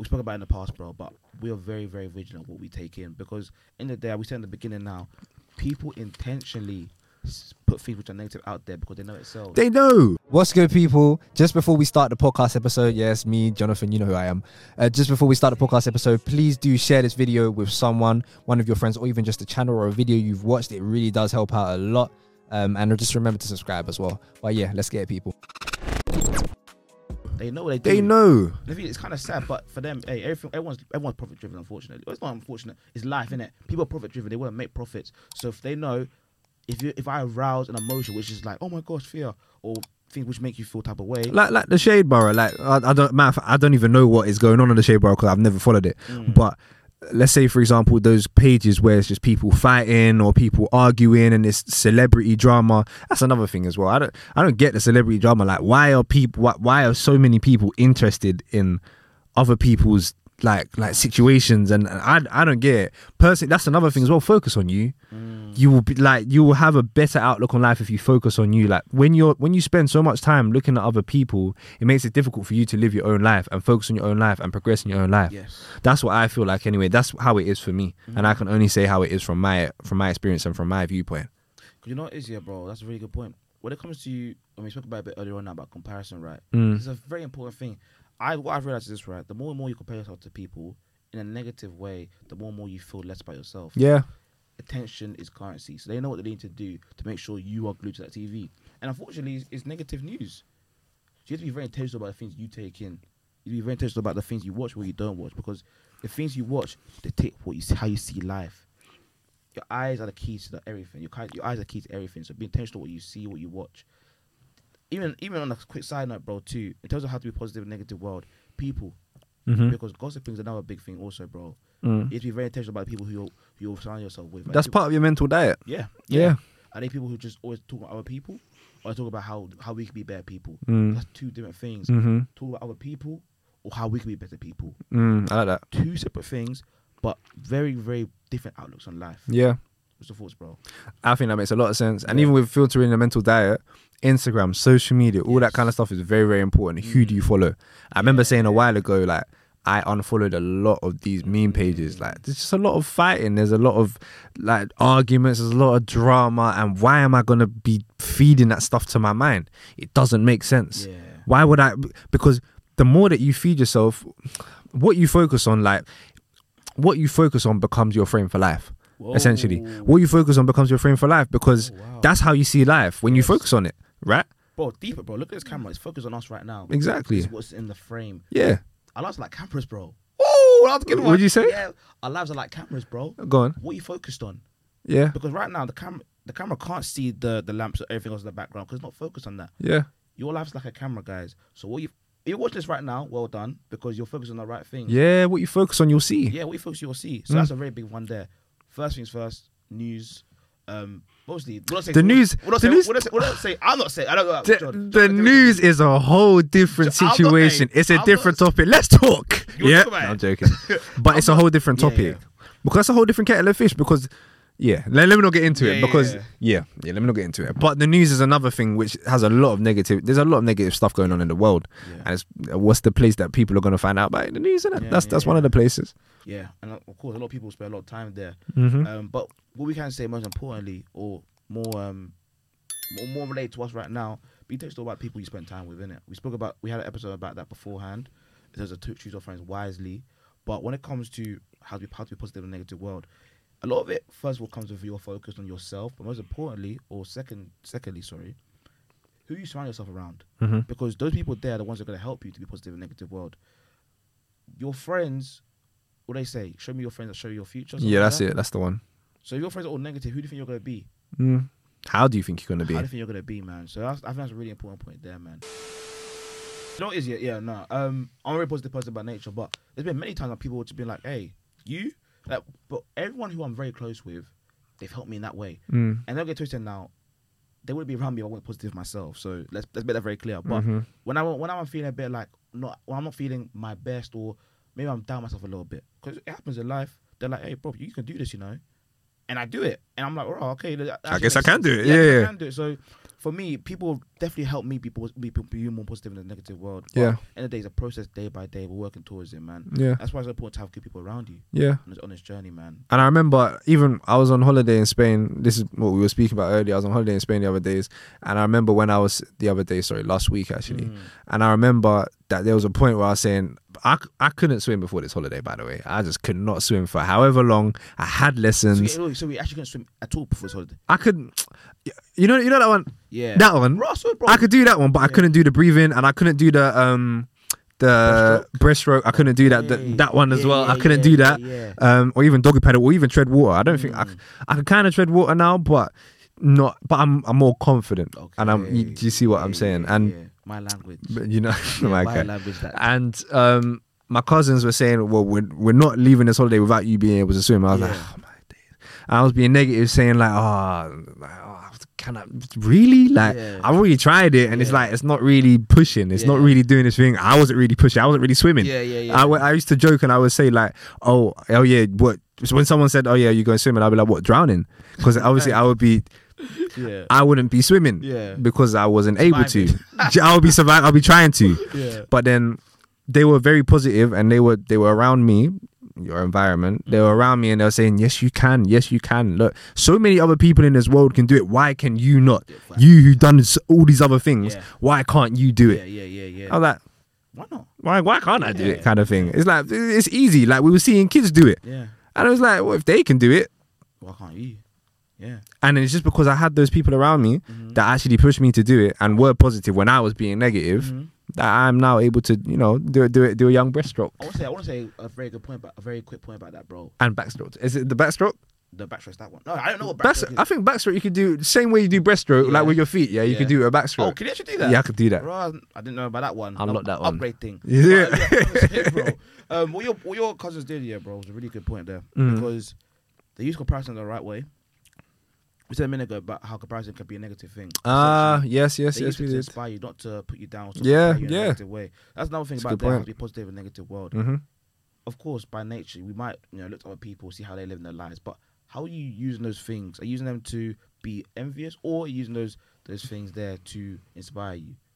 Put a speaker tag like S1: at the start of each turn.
S1: we spoke about in the past, bro, but we are very, very vigilant what we take in because in the day, we said in the beginning now, people intentionally s- put things which are negative out there because they know it sells.
S2: They know.
S3: What's good, people? Just before we start the podcast episode, yes, me, Jonathan, you know who I am. Uh, just before we start the podcast episode, please do share this video with someone, one of your friends, or even just a channel or a video you've watched. It really does help out a lot. Um, and just remember to subscribe as well. But yeah, let's get it, people.
S1: they know what they do.
S2: They know.
S1: The thing is, it's kind of sad, but for them, hey, everything, everyone's everyone's profit driven. Unfortunately, Well, it's not unfortunate. It's life, innit? People are profit driven. They want to make profits. So if they know, if you if I arouse an emotion which is like, oh my gosh, fear, or things which make you feel type of way,
S2: Like like the Shade Borough. Like I, I don't matter. I don't even know what is going on in the Shade Borough because I've never followed it. But let's say for example those pages where it's just people fighting or people arguing and it's celebrity drama. That's another thing as well. I don't I don't get the celebrity drama. Like why are people why, why are so many people interested in other people's like like situations and, and I I don't get it. Personally that's another thing as well. Focus on you. You will be like you will have a better outlook on life if you focus on you. Like when you're when you spend so much time looking at other people, it makes it difficult for you to live your own life and focus on your own life and progress in your own life.
S1: yes,
S2: That's what I feel like anyway. That's how it is for me. And I can only say how it is from my from my experience and from my viewpoint.
S1: 'Cause you know what it is, yeah, bro. That's a really good point. When it comes to you, when we spoke about it a bit earlier on now about comparison, right? It's a very important thing. I what I've realized is this, right? The more and more you compare yourself to people in a negative way, the more and more you feel less about yourself.
S2: Yeah.
S1: attention is currency. So they know what they need to do to make sure you are glued to that TV. And unfortunately, it's, it's negative news. So you have to be very intentional about the things you take in. You have to be very intentional about the things you watch, what you don't watch, because the things you watch dictate what you see, how you see life. Your eyes are the keys to the, everything. Your, ki- your eyes are key to everything. So be intentional what you see, what you watch. Even even on a quick side note, bro, too, in terms of how to be positive in a negative world, people,
S2: Hmm? Mm-hmm.
S1: because gossiping is another big thing, also, bro. You have to be very intentional about the people who you're, who you're surrounding yourself with. Like,
S2: Mm. That's
S1: people-
S2: part of your mental diet.
S1: yeah.
S2: Yeah.
S1: Are they people who just always talk about other people? Or talk about how, how we can be better people?
S2: Mm.
S1: That's two different things.
S2: Mm-hmm.
S1: Talk about other people or how we can be better people.
S2: Mm, I like that.
S1: Two separate things, but very, very different outlooks on life.
S2: Yeah.
S1: What's your thoughts, bro?
S2: I think that makes a lot of sense. And even with filtering the mental diet, Instagram, social media, all that kind of stuff is very, very important. Who do you follow? I remember saying a while ago, like, I unfollowed a lot of these meme pages. Like, there's just a lot of fighting. There's a lot of like arguments. There's a lot of drama. And why am I gonna be feeding that stuff to my mind? It doesn't make sense.
S1: Yeah.
S2: Why would I? Because the more that you feed yourself, what you focus on, like, what you focus on becomes your frame for life. Essentially,
S1: Whoa.
S2: what you focus on becomes your frame for life because
S1: Oh, wow.
S2: that's how you see life when you focus on it, right?
S1: Bro, deeper, bro. Look at this camera. It's focused on us right now.
S2: Exactly.
S1: It's what's in the frame.
S2: Yeah.
S1: Our lives are like cameras, bro. Oh, that was a good
S2: What'd
S1: one.
S2: you say?
S1: Yeah, our lives are like cameras, bro.
S2: Go on.
S1: What are you focused on?
S2: Yeah.
S1: Because right now the camera the camera can't see the the lamps or everything else in the background because it's not focused on that.
S2: Yeah.
S1: Your life's like a camera, guys. So what you you watch this right now, well done, because you're focused on the right thing.
S2: Yeah. Mm. What you focus on, you'll see.
S1: Yeah, what you focus, you'll see. So that's a very big one there. First things first, news. Um, mostly we're not saying,
S2: The news-
S1: We're not
S2: the
S1: saying,
S2: news-
S1: We're not saying, we're not saying, I'm not saying. I don't know. About
S2: The,
S1: John.
S2: the
S1: John, tell me-
S2: news is a whole different
S1: So I'll go-
S2: situation.
S1: hey,
S2: it's a
S1: I'll go-
S2: different topic. Let's talk.
S1: You wanna
S2: yeah,
S1: talk about
S2: No, I'm
S1: it?
S2: joking. But it's a whole different
S1: Yeah,
S2: topic because that's a whole different kettle of fish. Because yeah, let, let me not get into
S1: Yeah,
S2: it
S1: yeah,
S2: because
S1: yeah.
S2: yeah. yeah, let me not get into it. But the news is another thing which has a lot of negative. There's a lot of negative stuff going on in the world,
S1: Yeah.
S2: and it's what's the place that people are going to find out about it? The news, is
S1: Yeah,
S2: that's
S1: yeah,
S2: that's one
S1: yeah.
S2: of the places.
S1: Yeah, and of course, a lot of people spend a lot of time there.
S2: Mhm.
S1: Um, but what we can say most importantly, or more um, more, more related to us right now, be intentional about people you spend time with, innit? We spoke about, we had an episode about that beforehand. It says, to choose your friends wisely. But when it comes to how to be, how to be positive in a negative world, a lot of it, first of all, comes with your focus on yourself, but most importantly, or second, secondly, sorry, who you surround yourself around.
S2: mm-hmm.
S1: Because those people there are the ones that are going to help you to be positive in a negative world. Your friends, what they say, show me your friends that show you your future. something
S2: Yeah,
S1: like
S2: that's
S1: that.
S2: it. That's the one.
S1: So if your friends are all negative, who do you think you're gonna be?
S2: Mm. How do you think you're going
S1: How do
S2: to
S1: you
S2: be?
S1: think you're gonna be, man? So that's, I think that's a really important point there, man. You know what is it? Yeah, no. Um, I'm a very positive person by nature, but there's been many times when people have just been like, "Hey, you," like, but everyone who I'm very close with, they've helped me in that way.
S2: Mm.
S1: And don't get twisted now, they wouldn't be around me if I wasn't positive myself. So let's let's make that very clear. But
S2: Mhm.
S1: when I when I'm feeling a bit like not when I'm not feeling my best or maybe I'm down myself a little bit because it happens in life. They're like, hey, bro, you can do this, you know, and I do it, and I'm like, oh, okay. that- that
S2: I
S1: actually
S2: guess I
S1: makes
S2: can do
S1: sense.
S2: it. Yeah,
S1: I
S2: yeah.
S1: can do it. So for me, people definitely help me be, pos- be, be more positive in a negative world. But
S2: Yeah.
S1: End of the day, it's a process day by day. We're working towards it, man.
S2: Yeah.
S1: That's why it's important to have good people around you
S2: Yeah.
S1: on this, on this journey, man.
S2: And I remember even I was on holiday in Spain. This is what we were speaking about earlier. I was on holiday in Spain the other days, and I remember when I was the other day, sorry, last week actually.
S1: Mm.
S2: And I remember that there was a point where I was saying I, c- I couldn't swim before this holiday. By the way, I just could not swim for however long. I had
S1: So,
S2: lessons.
S1: yeah, so we actually couldn't swim at all before this holiday.
S2: I couldn't. You know, you know that one.
S1: Yeah.
S2: That one.
S1: Russell, bro.
S2: I could do that one, but I
S1: Yeah.
S2: couldn't do the breathing, and I couldn't do the um the breaststroke. I couldn't do that th-
S1: Yeah.
S2: that one as
S1: Yeah,
S2: well. I
S1: yeah,
S2: couldn't
S1: yeah,
S2: do
S1: yeah,
S2: that.
S1: yeah. Mm.
S2: Um, or even doggy paddle, or even tread water. I don't think I, c- I can kind of tread water now, but not. But I'm I'm more confident, and I'm. You, do you see what
S1: Yeah,
S2: I'm
S1: yeah,
S2: saying?
S1: yeah,
S2: and
S1: yeah. my language.
S2: but you know,
S1: Yeah,
S2: my
S1: my
S2: guy.
S1: language that
S2: And um, my cousins were saying, "Well, we're we're not leaving this holiday without you being able to swim." I was like,
S1: Yeah.
S2: "Oh my days!" And I was being negative, saying like, "Oh, like, oh, can I really? Like,
S1: Yeah.
S2: I've already tried it, and it's
S1: Yeah.
S2: like it's not really pushing. It's not
S1: Yeah.
S2: really doing this thing. I wasn't really pushing. I wasn't really swimming.
S1: Yeah, yeah, yeah.
S2: I, w- I used to joke and I would say like, "Oh, oh yeah, what?" So when someone said, "Oh yeah, you going swimming?" I'd be like, "What? Drowning?" Because obviously I would be,
S1: yeah.
S2: I wouldn't be swimming
S1: Yeah.
S2: because I wasn't able to.
S1: Surviving.
S2: I would be surviving. I'll be trying to
S1: yeah.
S2: but then they were very positive and they were they were around me your environment they
S1: Mm.
S2: were around me and they were saying yes you can yes you can look so many other people in this world can do it why can you not you who done s- all these other things
S1: Yeah.
S2: why can't you do
S1: Yeah,
S2: it
S1: yeah, yeah, yeah.
S2: i was like
S1: Why not?
S2: why, why can't i do it
S1: Yeah.
S2: kind of thing it's like it's easy like we were seeing kids do it
S1: Yeah.
S2: and i was like well if they can do it
S1: Why can't you? Yeah.
S2: and it's just because i had those people around me
S1: Mm-hmm.
S2: that actually pushed me to do it and were positive when i was being negative
S1: Mm-hmm.
S2: that i'm now able to you know do it do it do a young breaststroke
S1: I want to say I want to say a very good point, but a very quick point about that, bro.
S2: and backstroke. Is it the backstroke?
S1: The backstroke's that one. No, I don't know what
S2: Backstroke.
S1: backstroke.
S2: I think backstroke you could do the same way you do breaststroke,
S1: Yeah.
S2: like with your feet. Yeah, you could
S1: Yeah.
S2: do a
S1: is.
S2: backstroke.
S1: Oh, can you actually do that?
S2: Yeah, I could do that.
S1: Bro, I I didn't know about that one. Um,
S2: Unlock that one.
S1: Upgrade thing.
S2: You do
S1: But, yeah, honestly, bro. Um, what your what your cousins did, yeah, bro, was a really good point there
S2: Mm.
S1: because they use comparison the right way. We said a minute ago about how comparison can be a negative thing.
S2: Ah,
S1: Essentially,
S2: yes, yes,
S1: they
S2: yes,
S1: use it
S2: we
S1: to
S2: did.
S1: inspire you, not to put you down. To
S2: Yeah,
S1: yeah, you in
S2: yeah.
S1: A negative way. That's another thing
S2: That's a
S1: about
S2: good
S1: there, how
S2: point.
S1: to be positive in a negative world.
S2: Mm-hmm.
S1: Of course, by nature, we might you know look to other people, see how they live their lives, but how are you using those things? Are you using them to be envious, or are you using those those things there to inspire you?